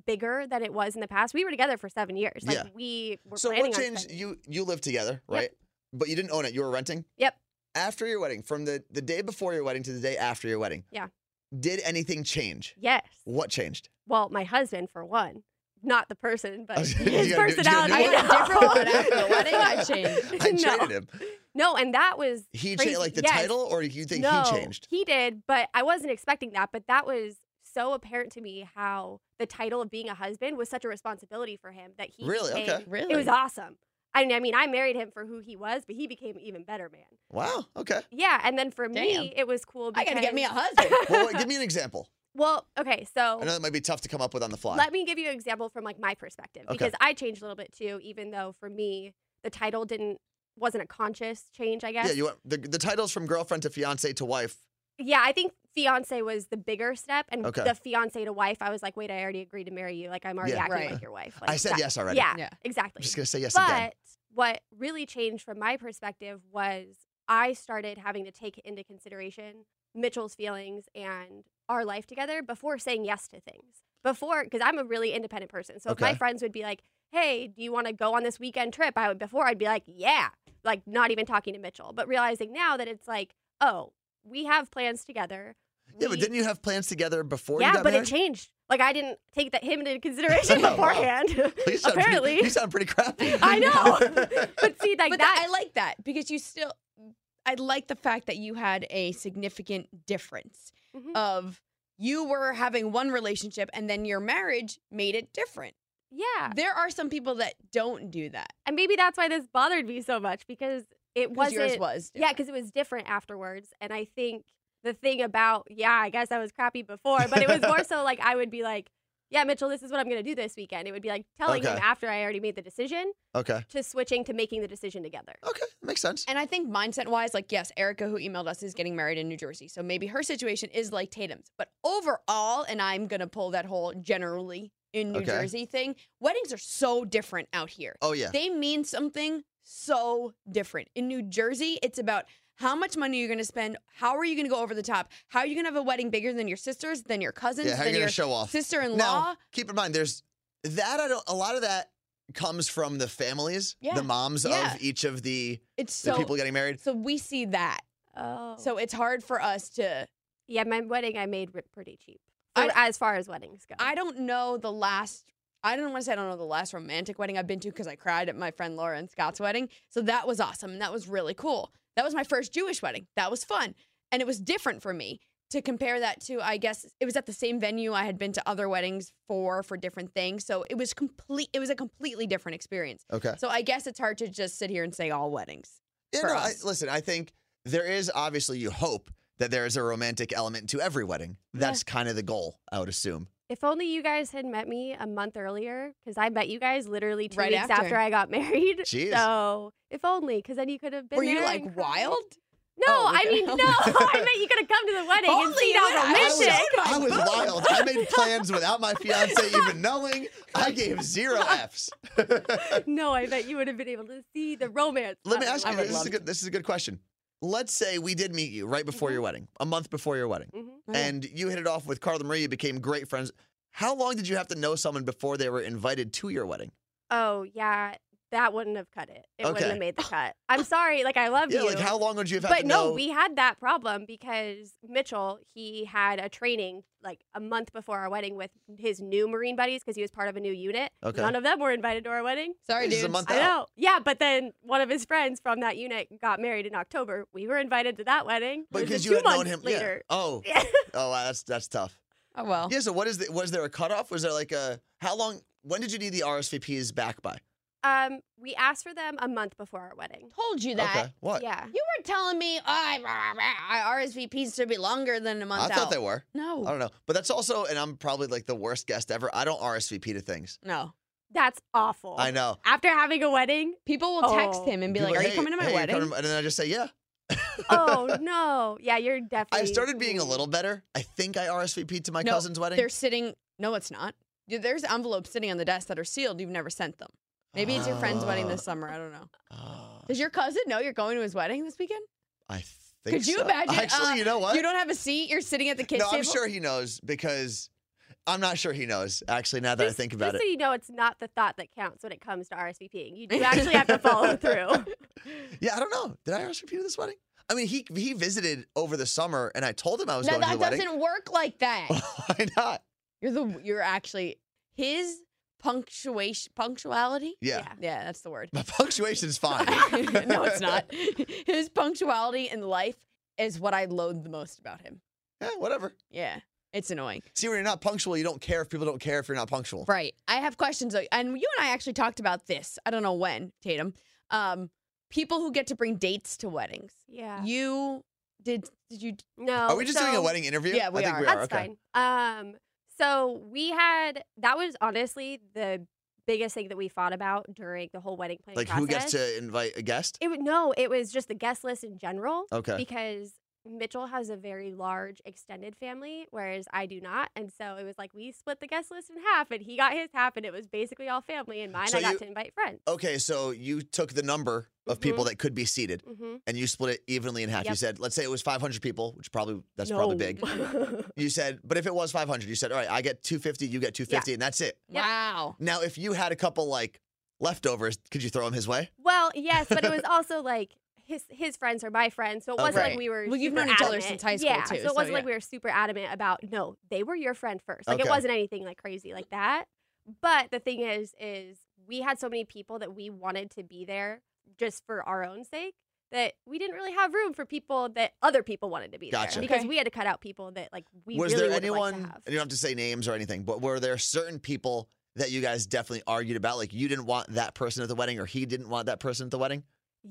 bigger than it was in the past. We were together for seven years. Like,
Yeah.
we were
so
planning
what
on
changed?
spending-
You you lived together, right? But you didn't own it. You were renting.
Yep.
After your wedding, from the the day before your wedding to the day after your wedding.
Yeah.
Did anything change?
Yes.
What changed?
Well, my husband for one, not the person, but
You
Uh, his
gotta do- you gotta
personality.
do
I
it.
got a different one
No.
after the wedding. I changed.
I
No.
traded him.
No, and that was
He
Crazy.
changed like the
Yes.
title, or you think
no,
he changed?
He did, but I wasn't expecting that. But that was so apparent to me how the title of being a husband was such a responsibility for him that he
Really?
became-
Okay.
Really?
It was awesome. I mean, I mean, I married him for who he was, but he became an even better man.
Wow. Okay.
Yeah, and then for
Damn.
me, it was cool.
I got
Because,
to get me a husband.
Well, wait, give me an example.
well, okay, so
I know that might be tough to come up with on the fly.
Oh. Let me give you an example from like my perspective
Okay.
because I changed a little bit too, even though for me the title didn't wasn't a conscious change, I guess.
Yeah, you went the the titles from girlfriend to fiance to wife.
Yeah, I think fiance was the bigger step and
Okay.
the fiance to wife, I was like, wait, I already agreed to marry you. Like I'm already
Yeah.
acting
Right.
like your wife. Like,
I said
that-
yes already.
Yeah,
Yeah.
exactly.
I'm just gonna say yes
but
again.
what really changed from my perspective was I started having to take into consideration Mitchell's feelings and our life together before saying yes to things. Before, because I'm a really independent person. So if my
Okay.
friends would be like, hey, do you want to go on this weekend trip? I would, before, I'd be like, yeah, like not even talking to Mitchell, but realizing now that it's like, oh, we have plans together.
Yeah, but
We-
didn't you have plans together before
yeah,
you got
but
married?
it changed. Like I didn't take that him into consideration
Oh, wow.
beforehand.
You sound pretty-
Apparently,
you sound pretty crappy.
I know. but see, like
but
that,
that, I like that because you still, I like the fact that you had a significant difference
Mhm.
of you were having one relationship and then your marriage made it different.
yeah,
There are some people that don't do that.
and maybe that's why this bothered me so much because it
'cause
wasn't.
yours was
yeah,
different.
because it was different afterwards, and I think the thing about yeah, I guess I was crappy before, but it was more so like I would be like, yeah, Mitchell, this is what I'm going to do this weekend. It would be like telling him
Okay.
after I already made the decision
Okay.
to switching to making the decision together.
Okay. Makes sense.
And I think mindset wise, like, yes, Erica, who emailed us, is getting married in New Jersey. So maybe her situation is like Tatum's. But overall, and I'm going to pull that whole generally in New
Okay.
Jersey thing, weddings are so different out here.
Oh yeah.
They mean something so different. In New Jersey, it's about how much money you're going to spend, how are you going to go over the top, how are you going to have a wedding bigger than your sisters, than your cousins,
Yeah. How are
than
you gonna
your
show off?
sister in law.
Now, keep in mind, there's that. I don't. A lot of that comes from the families,
Yeah.
the moms
Yeah.
of each of the,
It's
the
so.
people getting married.
so we see that.
Oh.
So it's hard for us to
yeah, my wedding I made r- pretty cheap.
I-
For, as far as weddings go.
I don't know the last. I don't want to say I don't know the last romantic wedding I've been to because I cried at my friend Laura and Scott's wedding. So that was awesome. And that was really cool. That was my first Jewish wedding. That was fun. And it was different for me to compare that to, I guess, it was at the same venue I had been to other weddings for, for different things. So it was complete, it was a completely different experience.
Okay.
So I guess it's hard to just sit here and say all weddings.
Yeah,
for
no, I,
us.
listen, I think there is obviously you hope that there is a romantic element to every wedding. That's kind of the goal, I would assume.
if only you guys had met me a month earlier, because I met you guys literally two
Right
weeks after.
after.
I got married.
Jeez.
So if only, because then you could have been
Were you
there
like
and cried.
wild?
No,
Oh,
I
okay.
mean no. I meant you could have come to the wedding and
Only
seen
you and
all the
I
I was,
mission.
showed
I was
boob.
wild. I made plans without my fiance even knowing. I gave zero F's. Let
no, I bet you would have been able to see the romance.
me
of
ask
it.
you
would
this. This is,
love
a good, this is a good question. Let's say we did meet you right
Mm-hmm.
before your wedding, a month before your wedding,
Mhm.
Oh, yeah.
and you hit it off with Carla Marie, you became great friends. How long did you have to know someone before they were invited to your wedding?
Oh yeah, that wouldn't have cut it. It
Okay.
wouldn't have made the cut. I'm sorry. Like I love
Yeah,
you.
like how long would you have had
but
to
no,
know?
we had that problem because Mitchell, he had a training like a month before our wedding with his new Marine buddies because he was part of a new unit.
Okay.
None of them were invited to our wedding.
Sorry,
This is a
dude.
month
I
out.
know. Yeah, but then one of his friends from that unit got married in October. We were invited to that wedding. It was
because
just
you
two
had known
months
him yeah.
later.
Oh, oh, wow, that's that's tough.
Oh, well.
Yeah. So what is the, was there a cutoff? Was there like a how long? When did you need the RSVPs back by?
Um, we asked for them a month before our wedding.
Told you that.
Okay. What?
Yeah.
You were telling me I RSVPs should be longer than a month
I thought
out.
they were.
no.
I don't know. But that's also, and I'm probably like the worst guest ever. I don't RSVP to things.
No.
That's awful.
I know.
After having a wedding?
People will text
Oh.
him and be
People
like, "Are
hey,
you coming to my
hey,
wedding?"
coming to my-" and then I just say, yeah.
Oh no. Yeah, you're definitely
I started being a
mean.
little better. I think I RSVP'd to my
No,
cousin's wedding.
They're sitting. No, it's not. Dude, there's envelopes sitting on the desk that are sealed. You've never sent them. Maybe it's your friend's wedding this summer. I don't know.
Oh,
Does your cousin know you're going to his wedding this weekend?
I think
Could you
so.
imagine,
Actually,
uh,
you know what?
You don't have a seat. You're sitting at the kids'
no, I'm
table.
sure he knows because I'm not sure he knows, actually, now that I
Just-
think about
just
it.
so you know, it's not the thought that counts when it comes to RSVPing. You do actually have to follow through.
Yeah, I don't know. Did I RSVP to this wedding? I mean, he he visited over the summer, and I told him I was
No,
going to the
that
wedding.
doesn't work like that.
Why not?
You're the. You're actually his punctuation punctuality.
Yeah.
Yeah.
Yeah, that's the word.
My punctuation's fine.
no, it's not. His punctuality in life is what I loathe the most about him.
yeah, whatever.
Yeah, it's annoying.
See, when you're not punctual, you don't care if people don't care if you're not punctual.
Right. I have questions, though, and you and I actually talked about this. I don't know when, Tatum. Um, people who get to bring dates to weddings.
Yeah.
You did? Did you?
No.
Are we just doing a
so-
wedding interview?
Yeah, we
I think
are.
we are.
That's
okay.
fine. Um, so we had that was honestly the biggest thing that we fought about during the whole wedding planning
Like,
process.
who gets to invite a guest?
It would no, it was just the guest list in general
Okay.
because Mitchell has a very large extended family, whereas I do not, and so it was like we split the guest list in half, and he got his half, and it was basically all family, and mine
So
I got
you-
to invite friends.
Okay, so you took the number of people that could be seated
Mm-hmm.
and you split it evenly in half. You
Yep.
said, let's say it was 500 people, which probably, that's probably big. You said, but if it was 500, you said, all right, I get 250, you get 250, and that's it.
Yeah.
Wow.
Now, if you had a couple like leftovers, could you throw them his way?
Well, yes, but it was also like his his friends are my friends, so it wasn't
Okay.
like we were.
Well, you've
super
known each other
adamant.
since high school,
yeah,
too,
so
so
it wasn't like
yeah.
we were super adamant about no, they were your friend first. Like
Okay.
it wasn't anything like crazy like that. But the thing is, is we had so many people that we wanted to be there just for our own sake that we didn't really have room for people that other people wanted to be
Gotcha.
there because
Okay.
we had to cut out people that like we
was
really
there
would have
anyone?
liked to have.
and you don't have to say names or anything, but were there certain people that you guys definitely argued about? Like you didn't want that person at the wedding, or he didn't want that person at the wedding.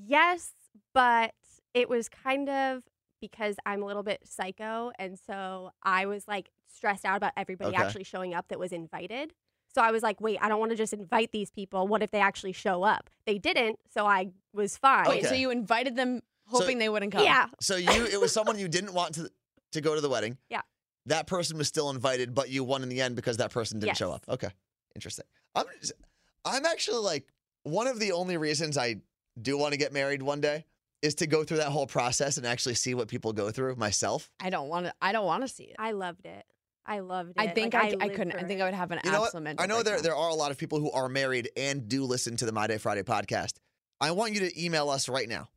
Yes, but it was kind of because I'm a little bit psycho, and so I was like stressed out about everybody
Okay.
actually showing up that was invited. So I was like, wait, I don't want to just invite these people. What if they actually show up? They didn't, so I
Oh,
was fine.
Wait, so
Okay.
you invited them hoping they wouldn't come?
Yeah,
So you, it was someone you didn't want to to go to the wedding.
Yeah.
That person was still invited, but you won in the end because that person didn't show
Yes.
up. Okay, interesting. I'm, just- I'm actually like one of the only reasons I do want to get married one day is to go through that whole process and actually see what people go through myself.
I don't want to. I don't want to see it.
I loved it. I loved it.
I think
Like,
I, I,
lived
couldn't. I
for
think
it.
I would have an
You know what?
absolute mental
I know there
breakdown.
there are a lot of people who are married and do listen to the My Day Friday podcast. I want you to email us right now.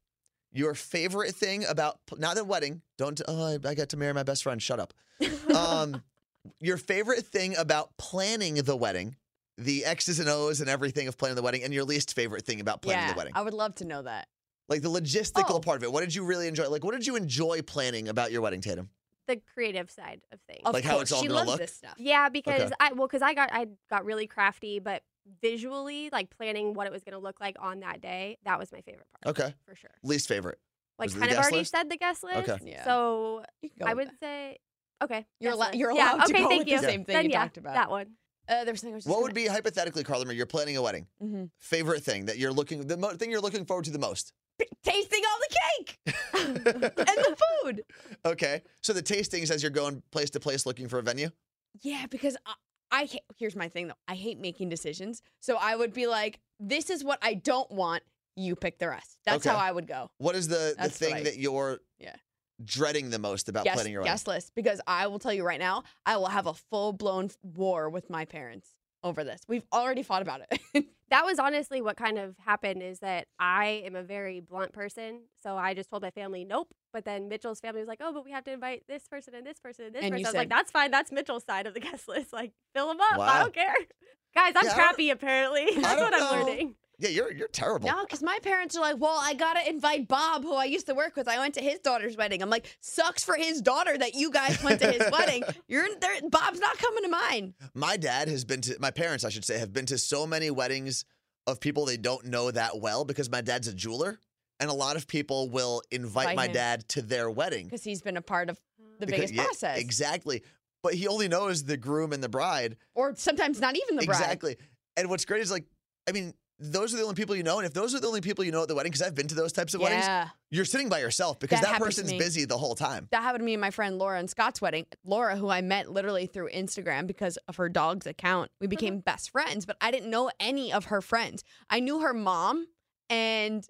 Your favorite thing about not the wedding. Don't oh I, I got to marry my best friend. Shut up. Um, your favorite thing about planning the wedding, the X's and O's and everything of planning the wedding, and your least favorite thing about planning
yeah,
the wedding,
I would love to know that.
like the logistical
Oh.
part of it. What did you really enjoy? Like what did you enjoy planning about your wedding, Tatum?
the creative side of things.
Of
Like how it's
course,
all
she
gonna
loves
look?
this stuff.
Yeah, because I well, because I got I got really crafty, but visually, like planning what it was going to look like on that day, that was my favorite part.
Okay.
for sure.
Least favorite.
Like
Was it the
kind of
guest
already
list?
said the guest list.
Okay.
Yeah.
So
You can go
I
with
would
that.
say okay.
You're,
guest
allo-
list.
you're allowed
yeah,
to
okay,
go
thank
with
you.
the same thing
then
you
yeah,
talked about.
that one.
Uh, there was something I was just
What would be hypothetically, Carla, Marie, you're planning a wedding?
hmm
Favorite thing that you're looking the mo- thing you're looking forward to the most.
Mm-hmm. tasting all the cake and the food?
Okay. So the tastings as you're going place to place looking for a venue.
Yeah, because I, I ha- here's my thing though. I hate making decisions, so I would be like, "This is what I don't want. You pick the rest." That's
Okay.
how I would go.
What is the, the
That's
thing
right.
that you're
Yeah.
dreading the most about
Guest,
planning your
guest list, because I will tell you right now, I will have a full blown war with my parents over this. We've already fought about it.
That was honestly what kind of happened is that I am a very blunt person, so I just told my family nope. But then Mitchell's family was like, "Oh, but we have to invite this person and this person and this
And
person."
you
I was like,
said-
"That's fine. That's Mitchell's side of the guest list. Like, fill them up. I
Wow.
don't care." Guys, I'm
Yeah, I don't-
crappy apparently. That's
don't
what I'm
know.
learning.
wedding? Yeah, you're you're terrible.
no, because my parents are like, "Well, I gotta invite Bob, who I used to work with. I went to his daughter's wedding." I'm like, "Sucks for his daughter that you guys went to his wedding. You're there. Bob's not coming to mine."
My dad has been to my parents, I should say, have been to so many weddings of people they don't know that well because my dad's a jeweler, and a lot of people will invite
Invite
my
him.
dad to their wedding.
because he's been a part of the
Because-
biggest
yeah,
process,
Exactly. But he only knows the groom and the bride.
or sometimes not even the bride.
Exactly. And what's great is like, I mean, those are the only people you know. And if those are the only people you know at the wedding, because I've been to those types of weddings,
Yeah,
you're sitting by yourself because
That
that,
happened to
person's
me.
busy the whole time.
that happened to me and my friend Laura and Scott's wedding. Laura, who I met literally through Instagram because of her dog's account,
Mm-hmm.
we became best friends. But I didn't know any of her friends. I knew her mom and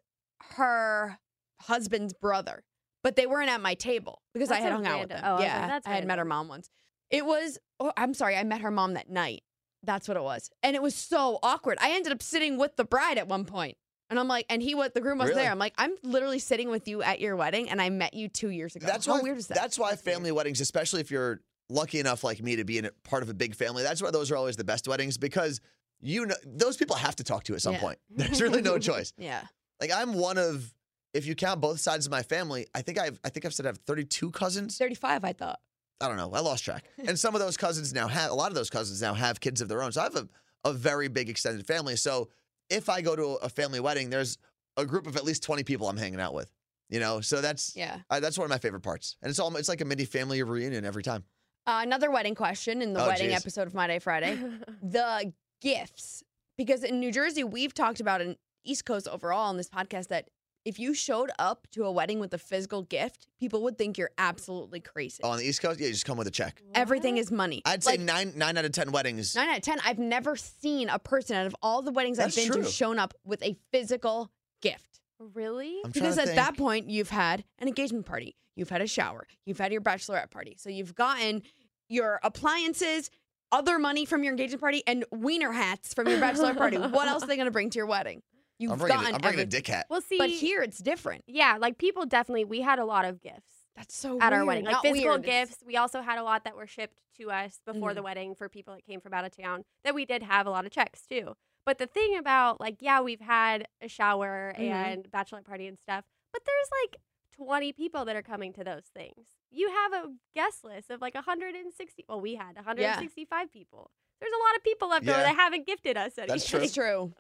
her husband's brother, but they weren't at my table because I
That's
had
so
hung out with them.
random. Oh, I was like,
yeah,
that's
I had met her
random.
mom once. It was. Oh, I'm sorry, I met her mom that night. That's what it was, and it was so awkward. I ended up sitting with the bride at one point. And I'm like, and he what the groom was
Really?
there. I'm like, I'm literally sitting with you at your wedding, and I met you two years ago.
That's
How
why
weird is that?
that's why
weird.
family weddings, especially if you're lucky enough like me to be in a part of a big family, that's why those are always the best weddings because you know those people have to talk to you at some
Yeah.
point. There's really no choice.
Yeah.
Like I'm one of if you count both sides of my family, I think I've I think I've said I have 32 cousins.
35, I thought.
I don't know. I lost track. And some of those cousins now have a lot of those cousins now have kids of their own. So I have a, a very big extended family. So if I go to a family wedding, there's a group of at least 20 people I'm hanging out with. You know, so that's
Yeah.
I, that's one of my favorite parts. And it's all it's like a mini family reunion every time.
Uh, another wedding question in the
Oh,
wedding
geez.
episode of My Day Friday the gifts. Because in New Jersey, we've talked about in East Coast overall on this podcast that if you showed up to a wedding with a physical gift, people would think you're absolutely crazy.
Oh, on the East Coast, yeah, you just come with a check.
Everything
What?
is money.
I'd say
Like,
nine nine out of ten weddings.
Nine out of ten. I've never seen a person out of all the weddings
That's
I've been
true.
to shown up with a physical gift.
really.
I'm trying
Because
to
at
think.
that point, you've had an engagement party, you've had a shower, you've had your bachelorette party, so you've gotten your appliances, other money from your engagement party, and wiener hats from your bachelorette party. What else are they going to bring to your wedding? You've
I'm bringing,
gotten
a, I'm bringing a
everything.
dick hat.
Well, see,
but here it's different.
yeah, like people definitely. We had a lot of gifts
That's so
at our
weird.
wedding, like
Not
physical
weird, it's-
gifts. We also had a lot that were shipped to us before the wedding for people that came from out of town. That we did have a lot of checks too. But the thing about like, yeah, we've had a shower
Mhm.
and bachelorette party and stuff, but there's like 20 people that are coming to those things. You have a guest list of like 160. Well, we had 165 people. There's a lot of people left over
Yeah.
that haven't gifted us anything.
That's true.
It's true.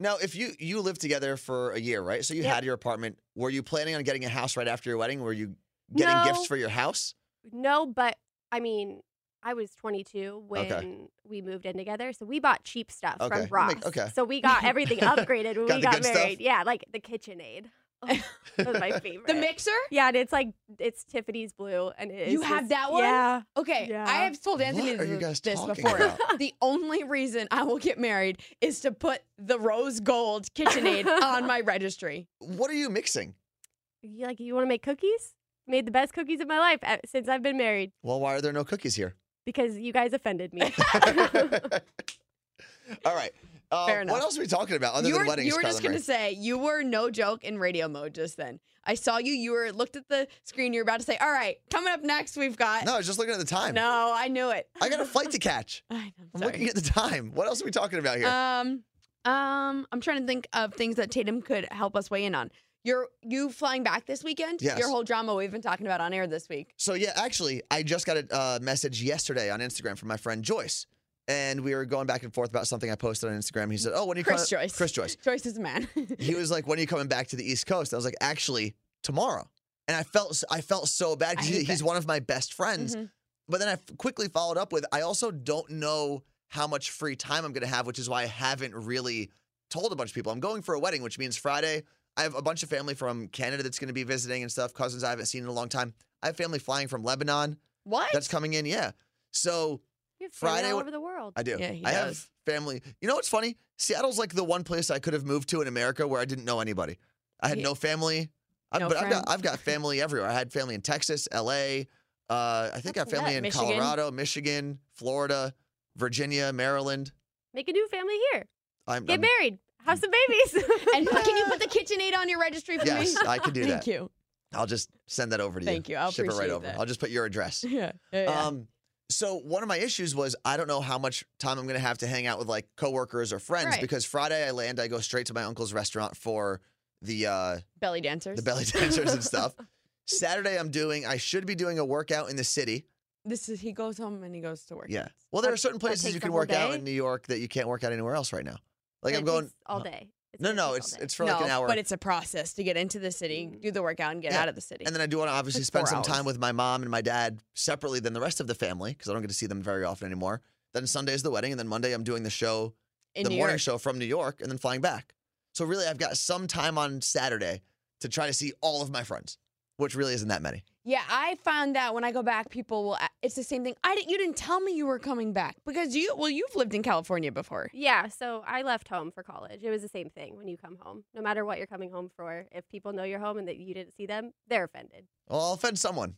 Now, if you you lived together for a year, right? So you
Yep.
had your apartment. Were you planning on getting a house right after your wedding? Were you getting
No.
gifts for your house?
No, but I mean, I was 22 when
Okay.
we moved in together, so we bought cheap stuff
Okay.
from
That
Ross.
make- okay.
So we got everything upgraded when
Got the
we got
good stuff?
married. Yeah, like the KitchenAid. Oh, that was my favorite.
The mixer?
Yeah, and it's like it's Tiffany's blue, and it is
You have
just-
that one?
Yeah,
Okay,
Yeah.
I have told Anthony
What are you
th-
guys
this
talking
before.
about?
the only reason I will get married is to put the rose gold KitchenAid on my registry.
What are you mixing?
you, like you want to make cookies? Made the best cookies of my life uh, since I've been married
Well, why are there no cookies here?
because you guys offended me.
All right. Uh,
Fair enough.
what else are we talking about other
you
than
were,
weddings,
you were just
Skylar
gonna
Murray?
say you were no joke in radio mode just then. I saw you. You were looked at the screen. You're about to say, "All right, coming up next, we've got."
No, I was just looking at the time.
No, I knew it.
I got a flight to catch.
I know,
I'm
sorry.
looking at the time. What else are we talking about here?
Um, um, I'm trying to think of things that Tatum could help us weigh in on. You're you flying back this weekend?
Yes.
Your whole drama we've been talking about on air this week.
So yeah, actually, I just got a uh, message yesterday on Instagram from my friend Joyce, and we were going back and forth about something I posted on Instagram. He said, "Oh, when are you
Chris
coming-
Joyce.
Chris Joyce."
Joyce is a man.
He was like, "When are you coming back to the East Coast?" I was like, "Actually, tomorrow." And I felt I felt so bad because
I hate
he's
that.
one of my best friends.
Mhm.
But then I f- quickly followed up with, "I also don't know how much free time I'm going to have, which is why I haven't really told a bunch of people. I'm going for a wedding, which means Friday." I have a bunch of family from Canada that's going to be visiting and stuff. Cousins I haven't seen in a long time. I have family flying from Lebanon.
What?
That's coming in, yeah. So
You have family
Friday
all
w-
over the world.
I do.
Yeah, he
I
does.
have family. You know what's funny? Seattle's like the one place I could have moved to in America where I didn't know anybody. I had
Yeah.
no family. I,
No
but I've
friends.
got I've got family everywhere. I had family in Texas, LA. Uh, I think I have
That's
family
lit.
in
Michigan.
Colorado, Michigan, Florida, Virginia, Maryland.
Make a new family here.
I'm,
Get
I'm-
married. Have some babies.
and can you put the KitchenAid on your registry for
Yes,
me?
I can do
Thank
that.
you.
I'll just send that over to you.
Thank you. I'll
ship it right
appreciate
over.
that.
I'll just put your address.
Yeah. yeah, yeah.
Um, so one of my issues was I don't know how much time I'm going to have to hang out with like coworkers or friends
Right.
because Friday I land, I go straight to my uncle's restaurant for the uh,
belly dancers.
the belly dancers and stuff. Saturday I'm doing I should be doing a workout in the city.
This is he goes home and he goes to work.
Yeah. Well, there
That-
are certain
that
places
takes
you
the
can
whole
work out
day?
in New York that you can't work out anywhere else right now. Like
But
I'm
it
going
takes all day. It's
No,
gonna
no,
take all
it's
day.
it's for
no,
like an hour. Mm.
but it's a process to get into the city, do the workout, and get
Yeah.
out of the city.
And then I do want to obviously
Like
spend
four
some time
hours.
with my mom and my dad separately than the rest of the family because I don't get to see them very often anymore. Then Sunday is the wedding, and then Monday I'm doing the show
in
the
New
morning
York.
show from New York and then flying back. So really, I've got some time on Saturday to try to see all of my friends, which really isn't that many.
Yeah, I found that when I go back, people will. a- It's the same thing. I didn't. You didn't tell me you were coming back because you. Well, you've lived in California before.
Yeah, so I left home for college. It was the same thing when you come home. No matter what you're coming home for, if people know you're home and that you didn't see them, they're offended.
Well, I'll offend someone.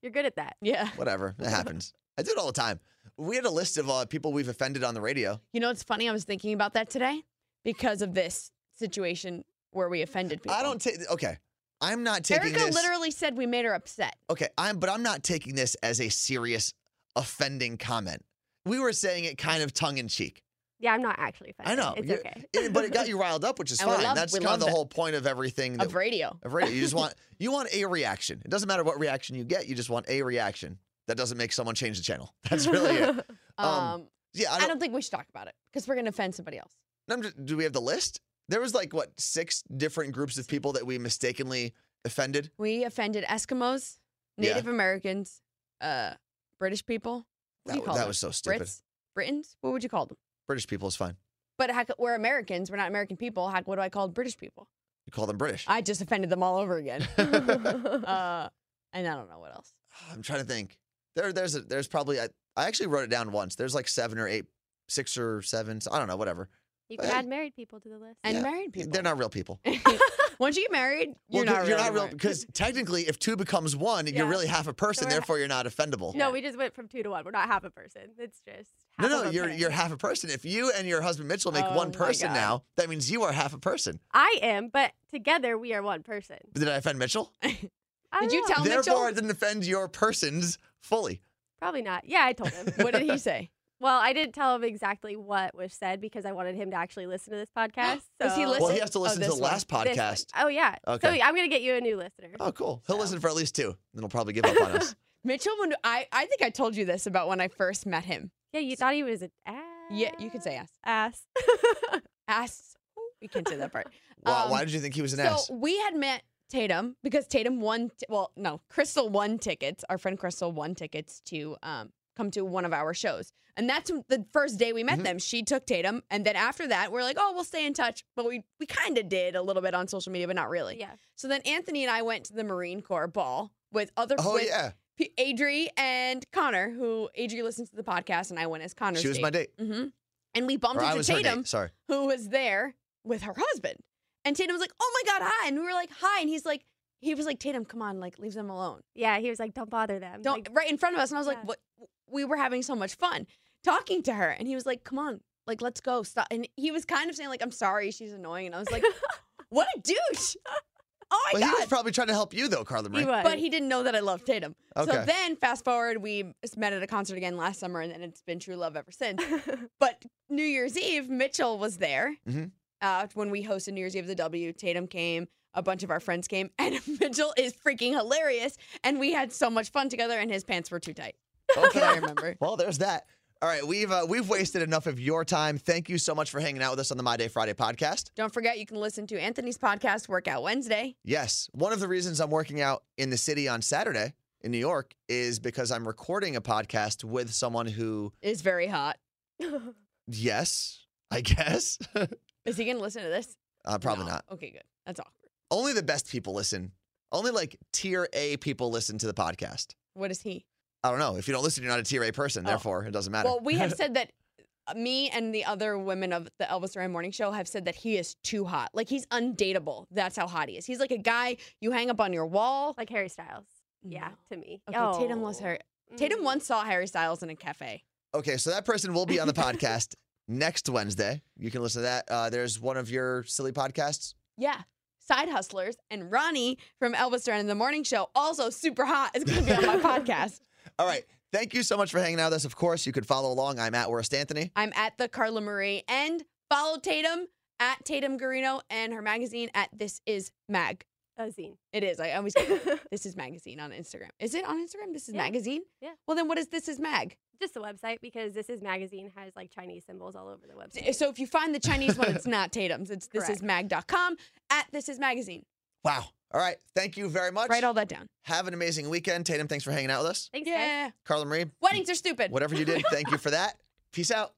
You're good at that.
Yeah.
Whatever, it happens. I do it all the time. We had a list of uh, people we've offended on the radio.
You know, it's funny. I was thinking about that today because of this situation where we offended people.
I don't take. Okay, I'm not taking
Erica
this.
literally said we made her upset.
okay, I'm but I'm not taking this as a serious offending comment. We were saying it kind of tongue in cheek.
Yeah, I'm not actually
I
offended.
know,
It's
you're-
okay.
it- but it got you riled up, which is
Uh, And we
fine.
loved-
That's
we
kind of
loved
the
it.
whole point of everything. that
of radio.
of radio. You just want you want a reaction. It doesn't matter what reaction you get. You just want a reaction that doesn't make someone change the channel. That's really it.
Um,
um, Yeah, I
I,
don't.
don't, think we should talk about it because we're gonna offend somebody else.
I'm just- do we have the list? There was like what six different groups of people that we mistakenly offended.
We offended Eskimos,
Yeah.
Native Americans, uh, British people. What do
That,
you call
that
them?
was so stupid.
Brits, Britons. What would you call them?
British people is fine.
But heck, we're Americans. We're not American people. Heck, what do I call British people?
You call them British.
I just offended them all over again. uh, and I don't know what else.
I'm trying to think. There, there's a, there's probably I, I actually wrote it down once. There's like seven or eight, six or seven. I don't know, whatever.
You can add married people to the list.
And
Yeah.
married people.
They're not real people.
Once you get married,
Well,
you're not real.
you're not real
anymore.
because technically, if two becomes one, you're
Yeah.
really half a person.
we're-
therefore, you're not offendable.
No, we just went from two to one. We're not half a person. It's just half
no,
of
no,
a
you're
person.
you're half a person. If you and your husband Mitchell make
Oh
one
my
person
God.
now, that means you are half a person.
I am, but together we are one person.
Did I offend Mitchell?
I
Did
don't
you
know.
tell
Therefore, I
Oh, Mitchell?
didn't offend your persons fully.
Probably not. Yeah, I told him.
What did he say?
well, I didn't tell him exactly what was said because I wanted him to actually listen to this podcast. So
Is he listening?
Well, he has to
Oh,
listen to
this
the
one.
last
This one.
podcast.
Oh yeah. So
Okay.
I'm gonna get you a new listener.
Oh, cool. He'll listen for at least two, then he'll probably give up on us.
Mitchell, when I, I think I told you this about when I first met him.
Yeah, you thought he was an ass.
Yeah, you could say ass.
ass.
Ass. We can't say that part.
Wow,
Um,
why did you think he was an
so
ass?
we had met Tatum because Tatum won. T- well, no, Crystal won tickets. Our friend Crystal won tickets to um, come to one of our shows, and that's the first day we met
Mhm.
them. She took Tatum, and then after that, we're like, oh, we'll stay in touch. But we we kind of did a little bit on social media, but not really.
Yeah.
So then Anthony and I went to the Marine Corps ball with other
Oh
with
yeah,
P- Adri and Connor, who Adri listens to the podcast, and I went as Connor's.
she was my date.
hmm And we bumped
Or I
into
was her
Tatum
date. Sorry.
who was there with her husband. And Tatum was like, "Oh my god, hi!" And we were like, "Hi!" And he's like, he was like, "Tatum, come on, like leave them alone."
Yeah, he was like, "Don't bother them."
Don't
Like,
right in front of us. And I was
Yeah.
like, "What?" We were having so much fun talking to her, and he was like, "Come on, like let's go." Stop. And he was kind of saying like, "I'm sorry, she's annoying," and I was like, "What a douche!" Oh my
Well, he
god.
was probably trying to help you though, Carla Marie.
he was.
but he didn't know that I loved Tatum. So
Okay.
then, fast forward, we met at a concert again last summer, and then it's been true love ever since. But New Year's Eve, Mitchell was there
Mhm.
uh, when we hosted New Year's Eve of the W. Tatum came, a bunch of our friends came, and Mitchell is freaking hilarious. And we had so much fun together, and his pants were too tight. That's what I
Okay.
remember.
well, there's that. All right, we've uh, we've wasted enough of your time. Thank you so much for hanging out with us on the My Day Friday podcast.
Don't forget, you can listen to Anthony's podcast, Workout Wednesday.
Yes, one of the reasons I'm working out in the city on Saturday in New York is because I'm recording a podcast with someone who,
Is very hot.
yes, I guess,
Is he going to listen to this?
uh, probably
No.
not.
Okay, good. That's awkward.
Only the best people listen. Only like tier A people listen to the podcast.
What is he?
I don't know. If you don't listen, you're not a tier A person.
Oh.
Therefore, it doesn't matter.
Well, we have said that uh, me and the other women of the Elvis Duran Morning Show have said that he is too hot. Like he's undateable. That's how hot he is. He's like a guy you hang up on your wall.
like Harry Styles. Yeah,
No.
to me. Oh. Mm-hmm.
Okay, Tatum Mm. loves Harry. Tatum once saw Harry Styles in a cafe.
Okay, so that person will be on the podcast next Wednesday. You can listen to that. Uh, there's one of your silly podcasts.
Yeah. Side Hustlers and Ronnie from Elvis Duran in the Morning Show, also super hot, is going to be on my podcast.
All right. Thank you so much for hanging out with us. Of course, you could follow along. I'm at Worst Anthony.
I'm at the Carla Marie and follow Tatum at Tatum Garino and her magazine at This Is Mag.
a zine.
It is. I always get that. this is magazine on Instagram. Is it on Instagram? This is
Yeah.
magazine.
Yeah.
Well, then what is this is mag?
Just the website because this is magazine has like Chinese symbols all over the website.
eh, So if you find the Chinese one, it's not Tatum's. It's this is
Correct.
mag.com at this is magazine.
Wow. All right. Thank you very much.
Write all that down.
Have an amazing weekend. Tatum, thanks for hanging out with us.
Thanks, guys.
Yeah.
Carla Marie,
Weddings are stupid.
whatever you did, thank you for that. Peace out.